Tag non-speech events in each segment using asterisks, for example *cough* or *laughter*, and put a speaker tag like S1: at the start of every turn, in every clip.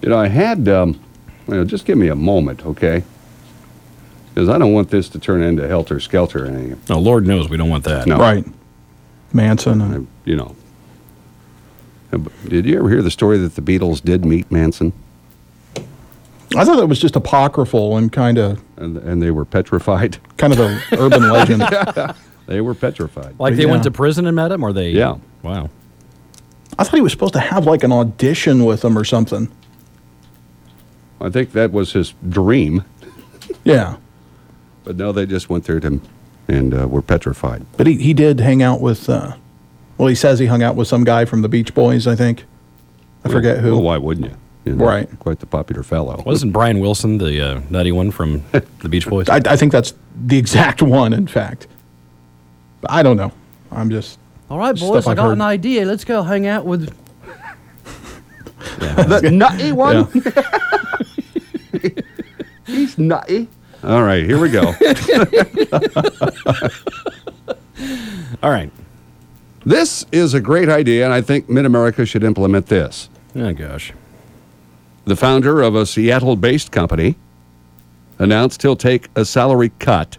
S1: You know, I had, um, you know, just give me a moment, okay? Because I don't want this to turn into helter skelter or anything.
S2: No, Lord knows we don't want that.
S1: No.
S3: Right. Manson. And,
S1: You know. Uh, but Did you ever hear the story that the Beatles did meet Manson
S3: I thought that was just apocryphal and kind of
S1: and, and they were petrified? *laughs*
S3: kind of the urban legend.
S1: They were petrified.
S2: Like
S3: But
S2: they went
S3: yeah.
S2: to prison and met him, or they?
S1: Yeah.
S2: Wow.
S3: I thought he was supposed to have like an audition with them or something.
S1: I think that was his dream,
S3: Yeah.
S1: but no, they just went there to and uh, were petrified.
S3: But he, he did hang out with, uh, well, he says he hung out with some guy from the Beach Boys, I think. I forget who.
S1: Well, why wouldn't you? You know,
S3: Right.
S1: Quite the popular fellow.
S2: Wasn't Brian Wilson the uh, nutty one
S3: *laughs*
S2: from the Beach Boys?
S3: I, I think that's the exact *laughs* one, in fact. But I don't know. I'm just.
S4: All right,
S3: Stuff
S4: boys, I
S3: I've
S4: got
S3: heard.
S4: an idea. Let's go hang out with.
S1: the nutty
S3: Yeah.
S1: one? He's nutty. All right, here we
S3: *laughs*
S1: go.
S2: All right.
S1: this is a great idea, and I think Mid America should implement this.
S2: Oh gosh.
S1: The founder of a Seattle based company announced he'll take a salary cut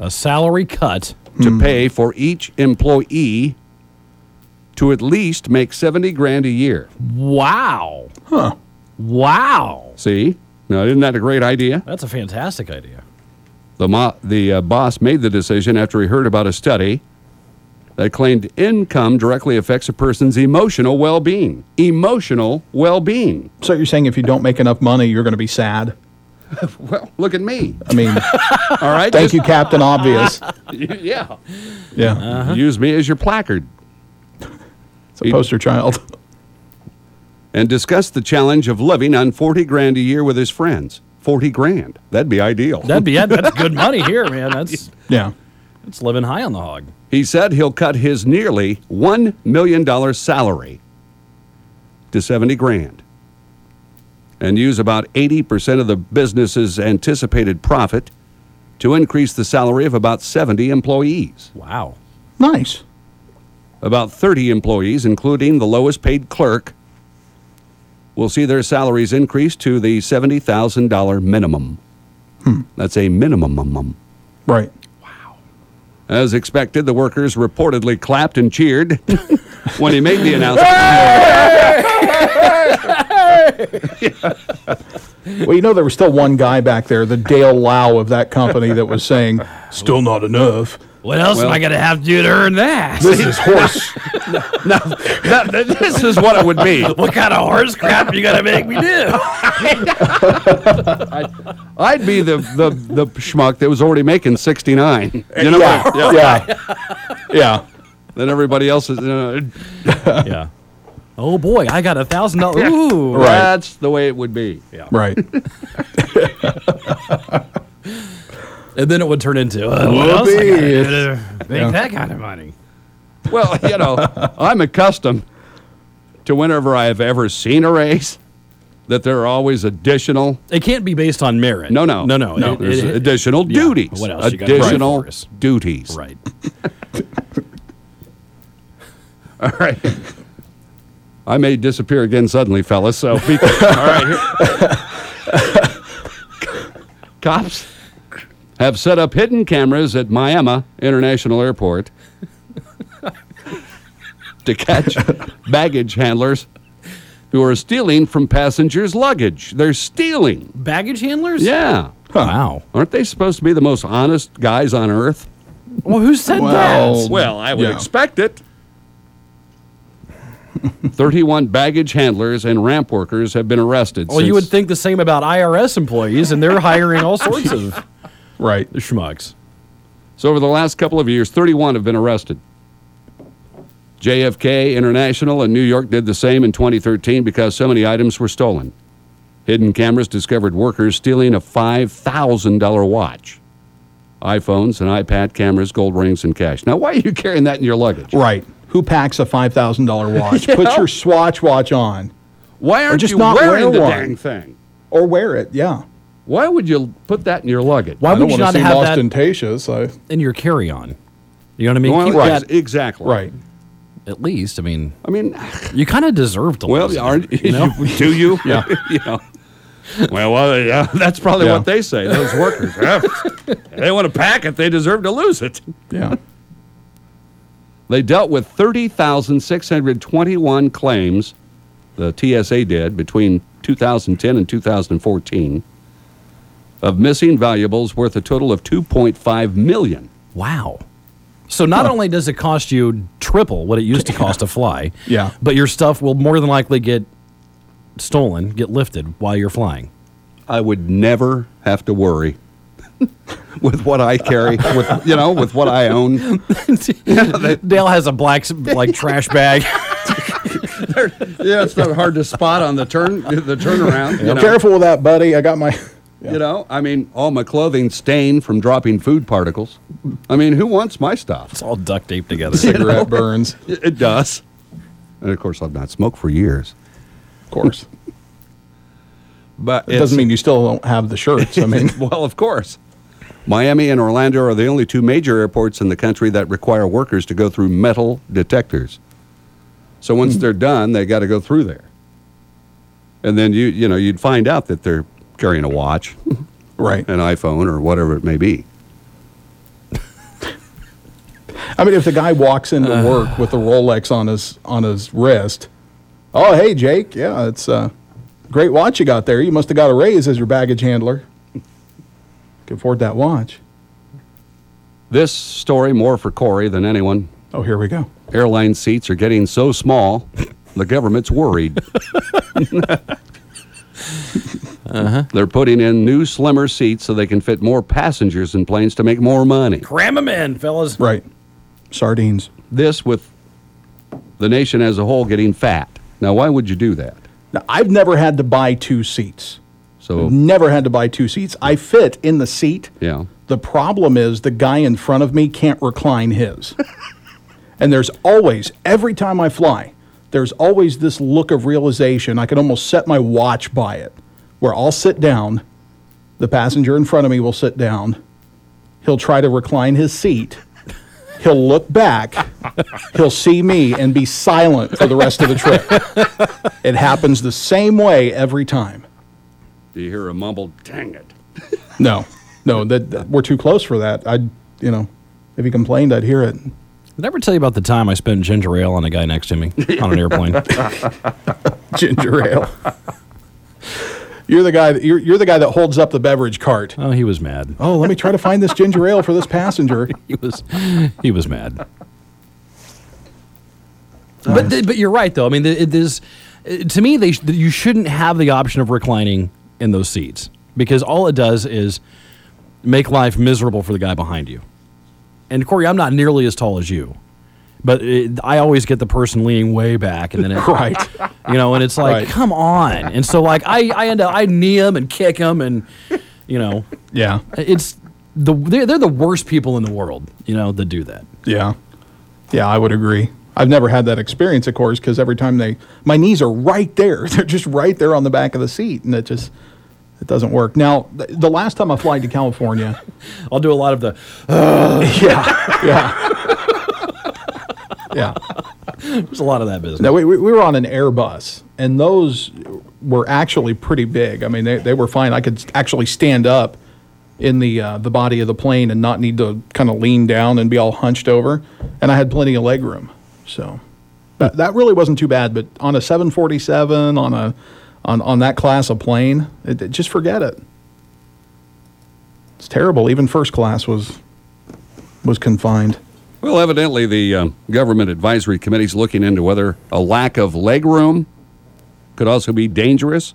S2: A salary cut.
S1: to
S3: Hmm.
S1: pay for each employee to at least make 70 grand a year.
S2: Wow.
S3: Huh.
S2: Wow.
S1: See? Now, isn't that a great idea?
S2: That's a fantastic idea.
S1: The, mo- the uh, boss made the decision after he heard about a study that claimed income directly affects a person's emotional well being. Emotional well being.
S3: So you're saying if you don't make enough money, you're going to be sad?
S1: Well, look at me. *laughs*
S3: I mean,
S1: All right.
S3: thank you, Captain Obvious.
S1: you. *laughs* Yeah.
S3: Yeah.
S1: Use me as your placard.
S3: it's a poster child. *laughs*
S1: and discussed the challenge of living on 40 grand a year with his friends. 40 grand. That'd be ideal.
S2: That'd be that- that's good money here, man. That's
S3: Yeah.
S2: that's living high on the hog.
S1: he said he'll cut his nearly $1 million salary to 70 grand and use about 80% of the business's anticipated profit to increase the salary of about 70 employees.
S2: Wow.
S3: Nice.
S1: About 30 employees, including the lowest paid clerk, will see their salaries increase to the $70,000 minimum.
S3: Hmm.
S1: That's a minimum.
S3: Right.
S1: As expected, the workers reportedly clapped and
S3: *laughs*
S1: cheered when he made the announcement.
S3: Well, you know, there was still one guy back there, the Dale Lau of that company, that was saying, still not enough.
S2: What else am I gonna have to do to earn that?
S3: This *laughs* is horse.
S1: That- that- this is what it would be.
S2: what kind of horse crap you gonna make me do?
S1: I'd be the, the, the schmuck that was already making 69. *laughs* You know,
S3: yeah.
S1: yeah.
S3: Yeah. Yeah.
S1: then everybody else is, uh,
S2: yeah. Oh boy, I got a thousand dollars. Ooh.
S3: Right.
S1: that's the way it would be.
S3: Right.
S2: And then it would turn into uh, what else I gotta do to make that kind of money.
S1: Well, you know, I'm accustomed to whenever I have ever seen a race that there are always additional.
S2: It can't be based on merit.
S1: No, no,
S2: no, no. it-
S1: there's
S2: it-
S1: additional
S2: yeah,
S1: duties.
S2: What else? you gotta do
S1: Additional
S2: for us?
S1: duties.
S2: Right.
S1: All *laughs* right. I may disappear again suddenly, fellas. So, be, all
S2: *laughs*
S1: right. Cops have set up hidden cameras at Miami International Airport *laughs* to catch baggage handlers who are stealing from passengers' luggage. They're stealing.
S2: Baggage handlers.
S1: Yeah.
S2: Wow.
S1: Aren't they supposed to be the most honest guys on earth?
S2: Well, who said
S3: Well,
S2: that?
S1: Well, I would
S3: Yeah.
S1: expect *laughs* it. 31 baggage handlers and ramp workers have been arrested.
S2: Well, Oh, you
S1: since-
S2: would think the same about IRS employees, and they're hiring all sorts
S1: *laughs*
S2: of
S3: Right.
S2: schmucks.
S1: So, over the last couple of years, 31 have been arrested. JFK International and New York did the same in 2013 because so many items were stolen. Hidden cameras discovered workers stealing a $5,000 watch, iPhones and iPad cameras, gold rings, and cash. Now, why are you carrying that in your luggage?
S3: Right. Who packs a $5,000
S1: *laughs*
S3: watch? Put your Swatch watch on
S1: Why aren't
S3: just
S1: you
S3: not wear
S1: wearing the
S3: one.
S1: dang thing?
S3: or wear it. Yeah.
S1: Why would you put that in your luggage?
S2: Why
S3: I don't
S2: would you
S3: want
S2: not
S3: to seem
S2: have that
S3: ostentatious. I,
S2: in your carry-on? You know what I mean?
S1: Well,
S2: Keep
S1: right,
S2: that-
S1: Exactly.
S3: right.
S2: at least. I mean,
S1: I mean,
S2: you kind of deserve to lose.
S1: *laughs* well, aren't you? do you?
S3: Yeah.
S1: *laughs* you know. Well, well, yeah, *laughs* that's probably
S3: Yeah.
S1: what they say. Those workers, Yeah. they want to pack it. They deserve to lose it.
S3: Yeah.
S1: They dealt with 30,621 claims, the TSA did, between 2010 and 2014, of missing valuables worth a total of 2.5 million.
S2: Wow. So not only does it cost you triple what it used to cost to fly,
S3: Yeah.
S2: but your stuff will more than likely get stolen, get lifted while you're flying.
S1: I would never have to worry with what I carry, with you know, with what I *laughs* own.
S2: Dale has a black s- like trash bag.
S1: Yeah, it's not hard to spot on the turn the turnaround. You know,
S3: Careful with that, buddy. I got my.
S1: *laughs* you know, I mean, all my clothing stained from dropping food particles. I mean, who wants my stuff?
S2: It's all duct taped together.
S3: Cigarette burns.
S1: It it does. And of course, I've not smoked for years.
S3: Of course.
S1: But
S3: It doesn't mean you still don't have the shirts.
S1: *laughs*
S3: I mean,
S1: well, of course. Miami and Orlando are the only two major airports in the country that require workers to go through metal detectors. So once they're done, they got to go through there. And then you you know you'd find out that they're carrying a watch, *laughs* an
S3: right.
S1: iPhone, or whatever it may be.
S3: I mean, if the guy walks into work with a Rolex on his on his wrist, oh hey Jake, yeah, it's a great watch you got there. You must have got a raise as your baggage handler. Can afford that watch.
S1: This story more for Corey than anyone.
S3: Oh, here we go.
S1: Airline seats are getting so small, the government's worried. Uh-huh. They're putting in new, slimmer seats so they can fit more passengers in planes to make more money.
S2: Cram them in, fellas.
S3: Right, sardines.
S1: This with the nation as a whole getting fat. Now, why would you do that?
S3: Now, I've never had to buy two seats.
S1: So,
S3: Never had to buy two seats. I fit in the seat.
S1: yeah.
S3: The problem is the guy in front of me can't recline his. and there's always, every time I fly, there's always this look of realization. I can almost set my watch by it, where I'll sit down, the passenger in front of me will sit down, he'll try to recline his seat. He'll look back. He'll see me and be silent for the rest of the trip. It happens the same way every time.
S1: Do you hear a mumbled, dang it?
S3: No, no, that, that- we're too close for that. I, you know, if he complained, I'd hear it. *laughs*
S2: Did I ever tell you about the time I spent ginger ale on a guy next to me on an airplane?
S3: Ginger ale. you're the guy. That, you're you're the guy that holds up the beverage cart.
S2: oh, he was mad.
S3: Oh, let me try to find this ginger ale for this passenger.
S2: *laughs* He was he was mad. But th- but you're right though. I mean, th- it is uh, to me they sh- you shouldn't have the option of reclining in those seats because all it does is make life miserable for the guy behind you. And Corey, I'm not nearly as tall as you, but it, I always get the person leaning way back, *laughs* and then it,
S3: Right.
S2: you know, and it's like,
S3: Right.
S2: come on. And so like I I end up I knee him and kick him and you know
S3: Yeah.
S2: it's the they're, they're the worst people in the world you know that do that
S3: Yeah. Yeah, I would agree. I've never had that experience, of course, because every time they, my knees are right there. *laughs* They're just right there on the back of the seat, and it just, it doesn't work. Now, th- the last time I flied to California,
S2: i'll do a lot of the
S3: *laughs* yeah, yeah, *laughs* yeah.
S2: there's a lot of that business
S3: No, we, we we were on an Airbus, and those were actually pretty big. I mean, they, they were fine. I could actually stand up in the uh, the body of the plane and not need to kind of lean down and be all hunched over. And I had plenty of leg room, so that, that really wasn't too bad. But on a 747, on a on on that class of plane, it, it- just forget it. It's terrible. Even first class was was confined.
S1: Well, evidently, the um, government advisory committee is looking into whether a lack of leg room could also be dangerous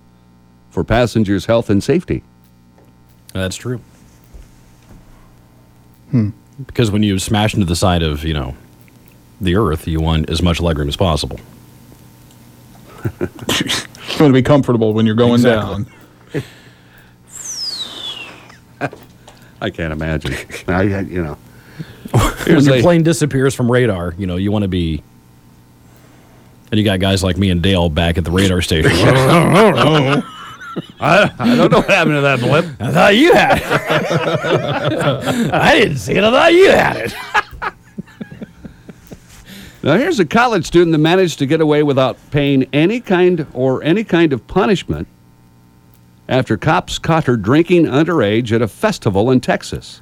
S1: for passengers' health and safety.
S2: that's true hmm.
S1: Hmm.
S2: because when you smash into the side of you know the earth you want as much legroom as possible
S3: You want to be comfortable when you're going
S2: Exactly.
S3: down.
S1: I can't imagine. *laughs* I, I- you know,
S2: when your
S1: Seriously.
S2: plane disappears from radar you know you want to be and you got guys like me and dale back at the radar station
S1: *laughs* I don't know what happened to that blip.
S2: i thought you had it *laughs* i didn't see it i thought you had it
S1: Now here's a college student that managed to get away without paying any kind or any kind of punishment after cops caught her drinking underage at a festival in Texas.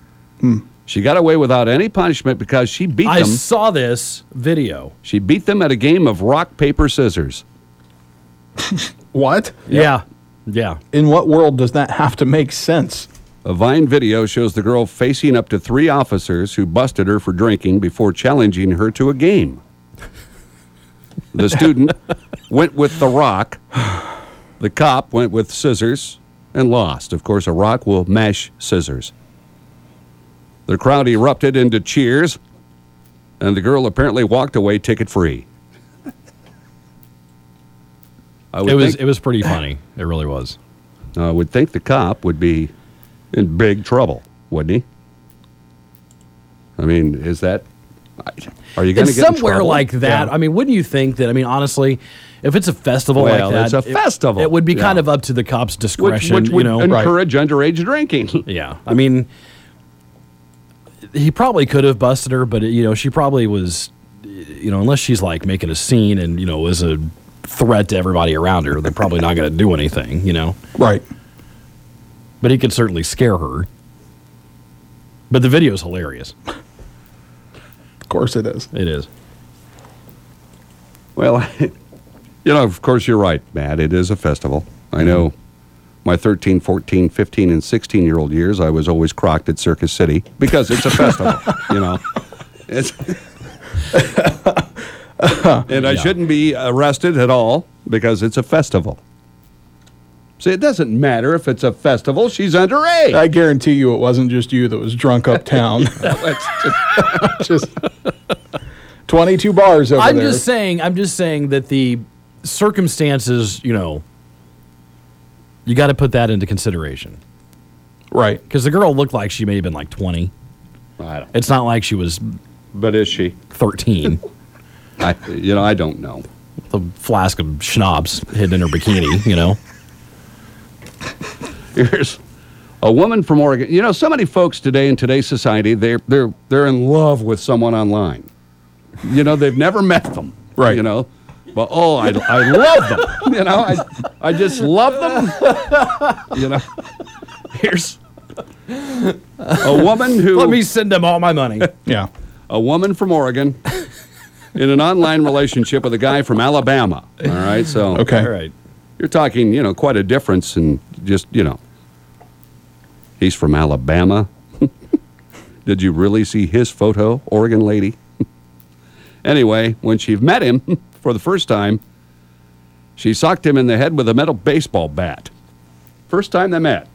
S1: She got away without any punishment because she beat
S2: Hmm. I
S1: them.
S2: saw this video.
S1: She beat them at a game of rock paper scissors.
S3: What?
S2: Yeah. Yeah.
S3: In what world does that have to make sense?
S1: A Vine video shows the girl facing up to three officers who busted her for drinking before challenging her to a game. The student went with the rock. The cop went with scissors and lost. Of course, a rock will mash scissors. The crowd erupted into cheers, and the girl apparently walked away ticket free. I would
S2: It was
S1: think-
S2: it was pretty funny. It really was.
S1: I Uh, would think the cop would be in big trouble, wouldn't he? I mean, is that? I- Are you going to
S2: And
S1: get in
S2: somewhere
S1: trouble?
S2: like that,
S1: Yeah.
S2: I mean, wouldn't you think that? I mean, honestly, if it's a festival
S1: Well,
S2: like that,
S1: it's a
S2: it-
S1: festival.
S2: It, would be
S1: Yeah.
S2: kind of up to the cops'
S1: which,
S2: discretion,
S1: which
S2: you
S1: would
S2: know.
S3: Right.
S1: encourage underage drinking.
S2: Yeah, I mean, he probably could have busted her, but you know, she probably was, you know, unless she's like making a scene and you know is a threat to everybody around her, they're probably not going to do anything, you know.
S3: Right.
S2: But he could certainly scare her. But the video's hilarious.
S3: Of course it is.
S2: It is.
S1: well, you know, of course you're right, Matt. It is a festival. I know. My 13, 14, 15, and 16 year old years, I was always crocked at Circus City because it's a festival, you know. It's and I
S2: Yeah.
S1: shouldn't be arrested at all because it's a festival. See, it doesn't matter if it's a festival, she's underage.
S3: *laughs* I guarantee you it wasn't just you that was drunk uptown.
S1: *laughs* It's just-
S3: *laughs* just 22 bars over
S2: I'm
S3: there.
S2: just saying. I'm just saying that the circumstances, you know, you got to put that into consideration
S3: right.
S2: because the girl looked like she may have been like 20.
S1: I don't,
S2: It's not like she was
S1: but is she?
S2: *laughs* 13.
S1: I, you know, I don't know.
S2: the flask of schnapps hidden in her bikini, you know?
S1: Here's a woman from Oregon. You know, so many folks today in today's society, they're they're they're in love with someone online. You know, they've never met them.
S3: Right.
S1: You know. But oh, I, I love them. *laughs* You know, I I just love them. *laughs* You know. Here's a woman who
S2: Let me send them all my money.
S3: Yeah.
S1: a woman from Oregon in an online relationship with a guy from Alabama. All right. So
S3: Okay.
S2: *laughs* all right.
S1: you're talking, you know, quite a difference and just, you know. He's from Alabama. *laughs* Did you really see his photo, Oregon lady? *laughs* anyway, when she met him *laughs* for the first time, she socked him in the head with a metal baseball bat. First time they met.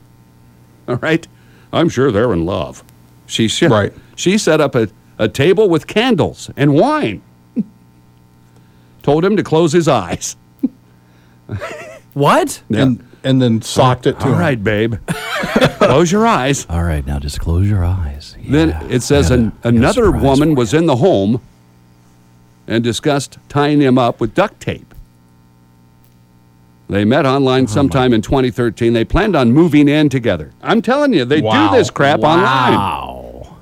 S1: All right? I'm sure they're in love. She sh-
S3: Right.
S1: *laughs* she set up a, a table with candles and wine. *laughs* Told him to close his eyes.
S2: What?
S3: And and then socked it to
S1: All
S3: him.
S1: right, babe. Close your eyes.
S2: All right, now just close your eyes. Yeah.
S1: Then it says
S2: I had
S1: an,
S2: a- I had a
S1: another
S2: surprise
S1: woman
S2: for
S1: was
S2: you.
S1: in the home and discussed tying him up with duct tape. They met online sometime in 2013. They planned on moving in together. I'm telling you, they
S3: Wow.
S1: do this crap online.
S2: Wow.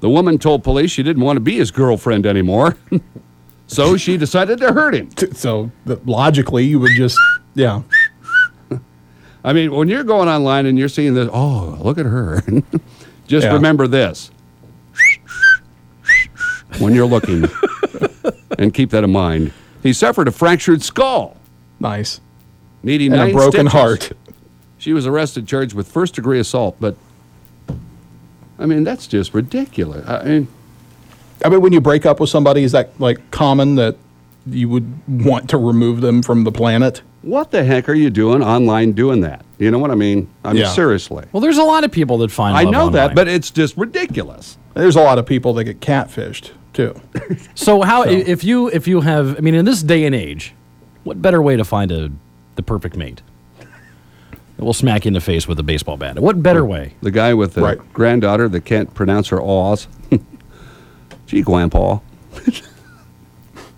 S1: The woman told police she didn't want to be his girlfriend anymore, *laughs* so she decided to hurt him.
S3: So that logically you would just yeah.
S1: I mean, when you're going online and you're seeing this, oh, look at her. *laughs* Just
S3: Yeah.
S1: remember this when you're looking, and keep that in mind. He suffered a fractured skull,
S3: Nice.
S1: needing
S3: And
S1: nine
S3: a broken
S1: stitches.
S3: heart.
S1: She was arrested, charged with first degree assault. But I mean, that's just ridiculous. I mean,
S3: I mean when you break up with somebody is that like common that you would want to remove them from the planet?
S1: what the heck are you doing online doing that? You know what I mean? I mean,
S3: Yeah.
S1: seriously.
S2: Well, there's a lot of people that find
S1: I
S2: love
S1: know that,
S2: online.
S1: but it's just ridiculous.
S3: There's a lot of people that get catfished too. *laughs*
S2: so how i if you if you have I mean in this day and age, what better way to find a the perfect mate? We'll smack you in the face with a baseball bat. What better way?
S1: The guy with the
S3: Right.
S1: granddaughter that can't pronounce her aw's. *laughs* Gee, Grandpa.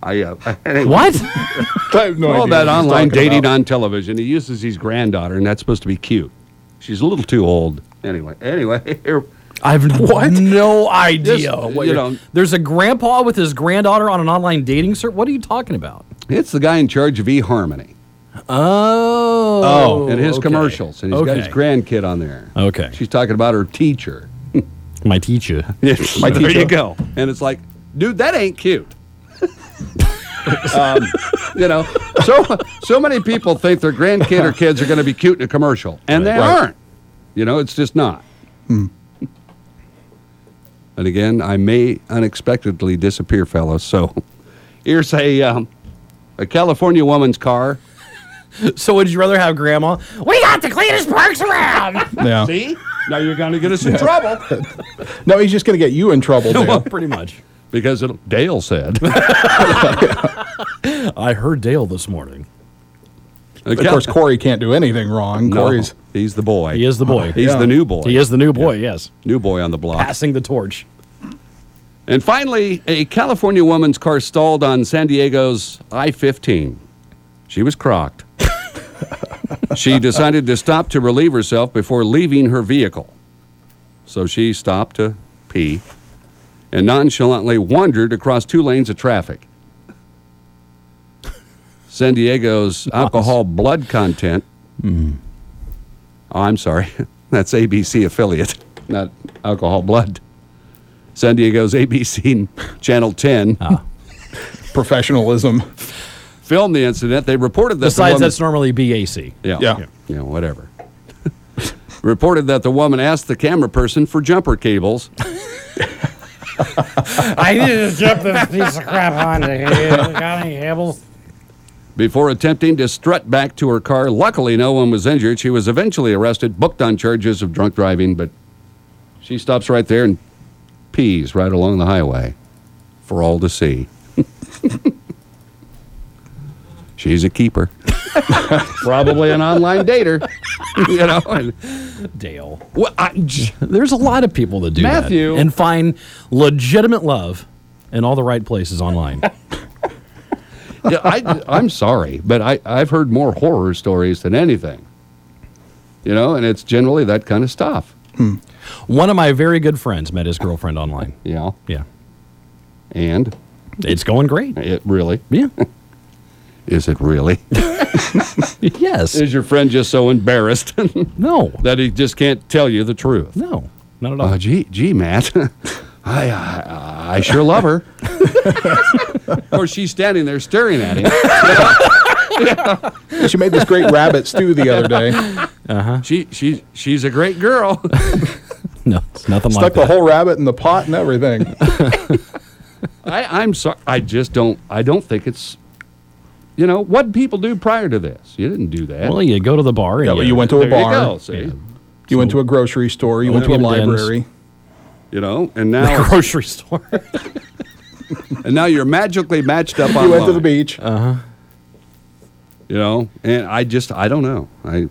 S1: I, uh,
S2: What?
S3: I have no
S1: all
S3: idea
S1: that
S3: what he's
S1: online
S3: talking
S1: dating
S3: about.
S1: on television. He uses his granddaughter, and that's supposed to be cute. She's a little too old. Anyway, *laughs* anyway, here,
S2: *laughs* I've
S3: What?
S2: no idea.
S1: Just,
S2: what
S1: you
S2: you're-
S1: know.
S2: there's a grandpa with his granddaughter on an online dating site. What are you talking about?
S1: It's the guy in charge of eHarmony
S2: Oh,
S1: oh, and his commercials, and he's got his
S2: Okay.
S1: grandkid on there.
S2: Okay.
S1: She's talking about her teacher.
S2: My teacher.
S1: My there
S3: teacher.
S1: you go. And it's like, dude, that ain't cute. um, you know, so so many people think their grandkid or kids are going to be cute in a commercial, and they
S3: Right. Hmm.
S1: aren't. You know, it's just not. And again, I may unexpectedly disappear, fellas. So here's a um, a California woman's car.
S2: *laughs* So would you rather have grandma? We got the cleanest parks *laughs* around.
S3: Yeah.
S1: See, now you're going to get us in trouble
S3: No, he's just going to get you
S1: *laughs*
S3: in
S2: *laughs*
S3: trouble,
S2: well,
S3: dude.
S2: pretty much.
S1: because it'll, Dale said.
S2: I heard Dale this morning.
S3: *laughs* of course, Corey can't do anything wrong.
S1: No,
S3: Corey's
S1: he's the boy.
S2: He is the boy.
S1: He's
S3: Yeah.
S1: the new boy.
S2: He is the new boy. Yes,
S1: new boy on the block.
S2: passing the torch.
S1: And finally, a California woman's car stalled on San Diego's I 15. She was crocked. she decided to stop to relieve herself before leaving her vehicle. So she stopped to pee and nonchalantly wandered across two lanes of traffic. San Diego's alcohol blood content. Oh, I'm sorry. *laughs* That's ABC affiliate, not alcohol blood. San Diego's ABC Channel 10
S3: professionalism.
S1: filmed the incident. They reported that
S2: Besides,
S1: the
S2: that's
S1: woman,
S2: normally BAC.
S1: yeah,
S3: Yeah.
S1: yeah, yeah, whatever. *laughs* reported that the woman asked the camera person for jumper cables,
S5: I need to jump this piece of crap onto here. Got any cables?
S1: Before attempting to strut back to her car, luckily no one was injured. She was eventually arrested, booked on charges of drunk driving, but she stops right there and pees right along the highway for all to see. *laughs* She's a keeper. *laughs* Probably an online dater. *laughs* you know, and-
S2: Dale.
S1: well, I- j-
S2: There's a lot of people that do
S1: Matthew.
S2: that and find legitimate love in all the right places *laughs* online.
S1: yeah, I, I'm sorry, but I, I've heard more horror stories than anything. You know, and it's generally that kind of stuff.
S2: One of my very good friends met his girlfriend online.
S1: You know,
S2: Yeah,
S1: and
S2: it's going great.
S1: It really?
S2: Yeah.
S1: *laughs* Is it really?
S2: *laughs* yes.
S1: Is your friend just so embarrassed *laughs*
S2: No.
S1: that he just can't tell you the truth?
S2: No. Not at all.
S1: Uh, gee, gee, Matt, *laughs* I, I, I sure love
S2: *laughs*
S1: her. of course, she's standing there staring at him.
S2: Uh-huh.
S3: She made this great rabbit stew the other
S1: *laughs*
S3: day.
S1: She, she, she's a great girl. *laughs*
S2: no, it's nothing
S3: Stuck
S2: like
S3: the
S2: that.
S3: whole rabbit in the pot and everything.
S1: *laughs* I, I'm sorry. I just don't. I don't think it's. You know what did people do prior to this. You didn't do that.
S2: well, you go to the bar. And
S3: Yeah,
S2: you,
S3: but you went to a
S1: there you go.
S3: bar.
S1: See,
S3: You went to a grocery store. You went to a
S2: Olympian dens.
S3: library.
S1: you know, and
S2: the
S1: now
S2: grocery store.
S1: *laughs* and now you're magically matched
S2: *laughs*
S1: up.
S3: You went to the
S1: online. Uh-huh.
S3: beach.
S1: you know and i just i don't know i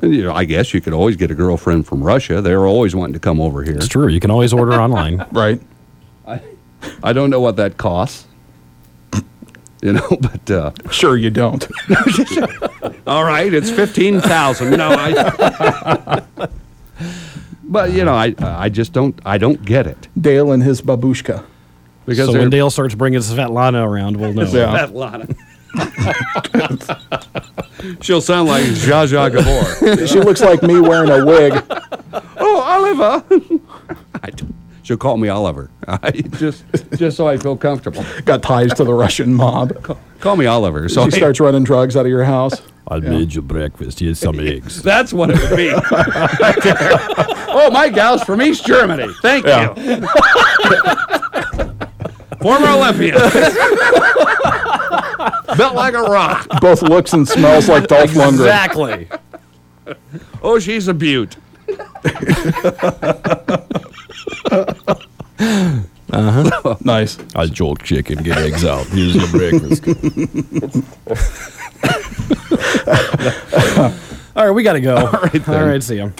S1: and, you know, i guess you could always get a girlfriend from russia they're always wanting to come over here
S2: it's true. You can always order *laughs* online.
S3: Right.
S1: i don't know what that costs *coughs* you know but uh,
S3: Sure, you don't.
S1: all right it's 15000 no i *laughs* but you know i i just don't i don't get it
S3: Dale and his babushka.
S1: because
S2: So
S1: they're
S2: when Dale starts bringing Svetlana around, *laughs* we'll know.
S3: Yeah.
S1: that lot *laughs* she'll sound like Zsa Zsa Gabor
S3: She looks like me wearing a wig.
S1: oh Oliver *laughs* I don't- she'll call me Oliver *laughs* I just just so I feel comfortable
S3: Got ties to the Russian mob.
S1: Call me Oliver. So
S3: She starts running drugs out of your house.
S2: I made you breakfast. Here's *laughs* some eggs.
S1: *laughs* that's what it would be. *laughs* Right there. oh, my gal's from East Germany. Thank you. *laughs* Former Olympian. *laughs* Built like a rock.
S3: Both looks and smells like Dolph Lundgren.
S2: Exactly.
S1: Oh, she's a beaut.
S3: Nice.
S2: I jolt chicken, get eggs out. Here's your breakfast. *laughs* All right, we got to go. All right,
S1: then.
S2: see ya.